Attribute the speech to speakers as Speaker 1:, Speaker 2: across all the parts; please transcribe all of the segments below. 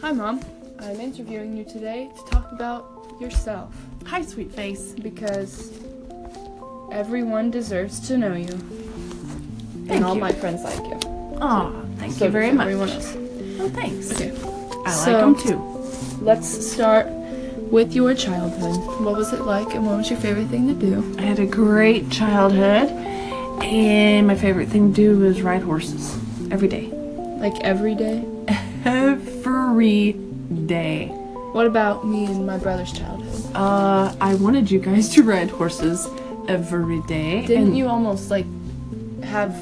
Speaker 1: Hi, Mom. I'm interviewing you today to talk about yourself
Speaker 2: Hi, sweet face.
Speaker 1: because everyone deserves to know you.
Speaker 2: Thank
Speaker 1: and all
Speaker 2: you.
Speaker 1: my friends like you.
Speaker 2: Aw, thank
Speaker 1: So
Speaker 2: you very
Speaker 1: does
Speaker 2: much.
Speaker 1: everyone else.
Speaker 2: Oh, thanks.
Speaker 1: Okay.
Speaker 2: I
Speaker 1: So-
Speaker 2: like them too.
Speaker 1: Let's start with your childhood. What was it like and what was your favorite thing to do?
Speaker 2: I had a great childhood, and my favorite thing to do was ride horses every day.
Speaker 1: Like every day?
Speaker 2: Every day.
Speaker 1: What about me and my brother's childhood?
Speaker 2: Uh, I wanted you guys to ride horses every day.
Speaker 1: Didn't
Speaker 2: and-
Speaker 1: you almost like have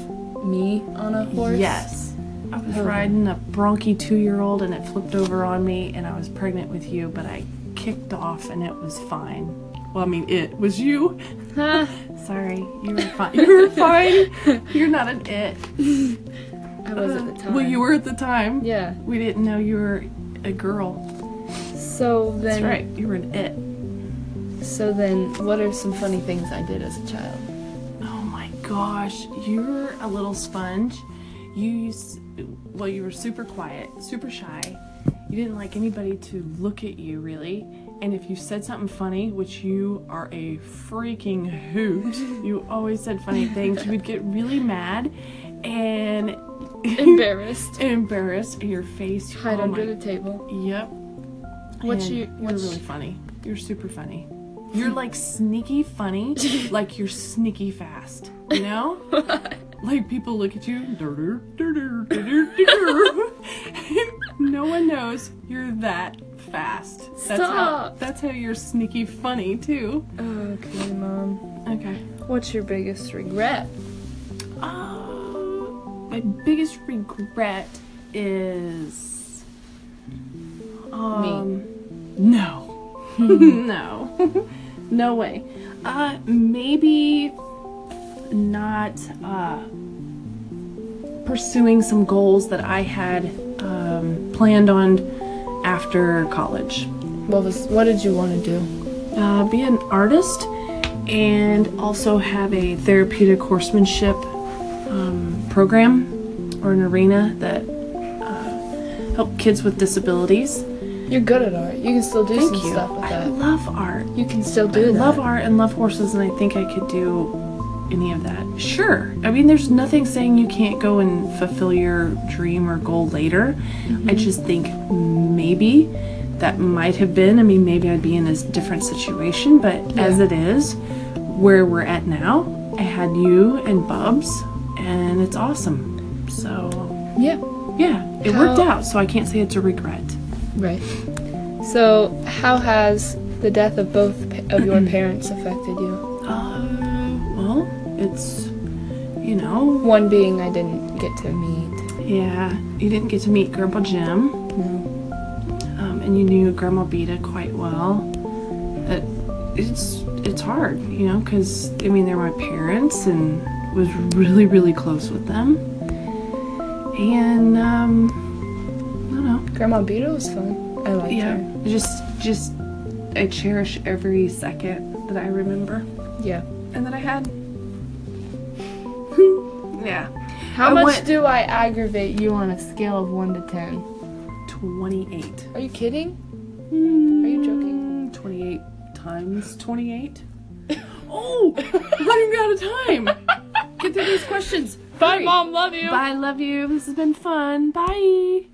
Speaker 1: me on a horse?
Speaker 2: Yes. I was
Speaker 1: Oh.
Speaker 2: riding a bronky two-year-old, and it flipped over on me, and I was pregnant with you, but I kicked off, and it was fine. Well, I mean, it was you.
Speaker 1: Huh?
Speaker 2: Sorry, you were fine. You were fine. You're not an it.
Speaker 1: I was at the time.
Speaker 2: Well, you were at the time.
Speaker 1: Yeah.
Speaker 2: We didn't know you were a girl.
Speaker 1: So then.
Speaker 2: That's right. You were an it.
Speaker 1: So then, what are some funny things I did as a child?
Speaker 2: Oh my gosh, you were a little sponge. You used, well, you were super quiet, super shy. You didn't like anybody to look at you really. And if you said something funny, which you are a freaking hoot, you always said funny things. You would get really mad and
Speaker 1: Embarrassed.
Speaker 2: embarrassed. Your face,
Speaker 1: Hide
Speaker 2: oh
Speaker 1: under
Speaker 2: my
Speaker 1: the table.
Speaker 2: Yep.
Speaker 1: What
Speaker 2: And
Speaker 1: you- what
Speaker 2: You're really
Speaker 1: you-
Speaker 2: funny. You're super funny. You're like sneaky funny, like you're sneaky fast. You know? like people look at you, "Durr, durr, durr, durr, durr, durr." no one knows you're that fast. That's how
Speaker 1: Stop.
Speaker 2: that's how you're sneaky funny too.
Speaker 1: Okay, mom.
Speaker 2: Okay.
Speaker 1: What's your biggest regret?
Speaker 2: Uh, my biggest regret is um, No, no, no way. Uh, maybe not uh, pursuing some goals that I had um, planned on after college.
Speaker 1: What was? What did you want to do?
Speaker 2: Uh, be an artist and also have a therapeutic horsemanship um, program or an arena that uh, help kids with disabilities.
Speaker 1: You're good at art. You can still do
Speaker 2: Thank
Speaker 1: some
Speaker 2: you.
Speaker 1: stuff with
Speaker 2: I
Speaker 1: that.
Speaker 2: love art.
Speaker 1: You can still
Speaker 2: I
Speaker 1: do that.
Speaker 2: love art and love horses, and I think I could do any of that. Sure. I mean, there's nothing saying you can't go and fulfill your dream or goal later.
Speaker 1: Mm-hmm.
Speaker 2: I just think maybe that might have been. I mean, maybe I'd be in a s- different situation, but as
Speaker 1: Yeah.
Speaker 2: it is, where we're at now, I had you and Bubs, and it's awesome. So,
Speaker 1: Yeah.
Speaker 2: yeah, it worked
Speaker 1: How-
Speaker 2: out, so I can't say it's a regret.
Speaker 1: Right. So, how has the death of both pa- of your parents affected you?
Speaker 2: Uh, well, it's, you know,
Speaker 1: One being I didn't get to meet.
Speaker 2: Yeah, you didn't get to meet Grandpa Jim,
Speaker 1: No.
Speaker 2: um, and you knew Grandma Beta quite well. That it's it's hard, you know, because I mean they're my parents, and was really really close with them. And um, I don't know.
Speaker 1: Grandma Beetle was fun. I liked
Speaker 2: Yeah,
Speaker 1: her.
Speaker 2: just just I cherish every second that I remember
Speaker 1: Yeah.
Speaker 2: and that I had. yeah,
Speaker 1: How
Speaker 2: I
Speaker 1: much
Speaker 2: went-
Speaker 1: do I aggravate you on a scale of one to ten?
Speaker 2: twenty eight.
Speaker 1: Are you kidding?
Speaker 2: Are
Speaker 1: you joking?
Speaker 2: 28 times 28? oh! running out of time! Get through these questions. Hurry.
Speaker 1: Mom. Love you.
Speaker 2: Bye, love you. This has been fun. Bye.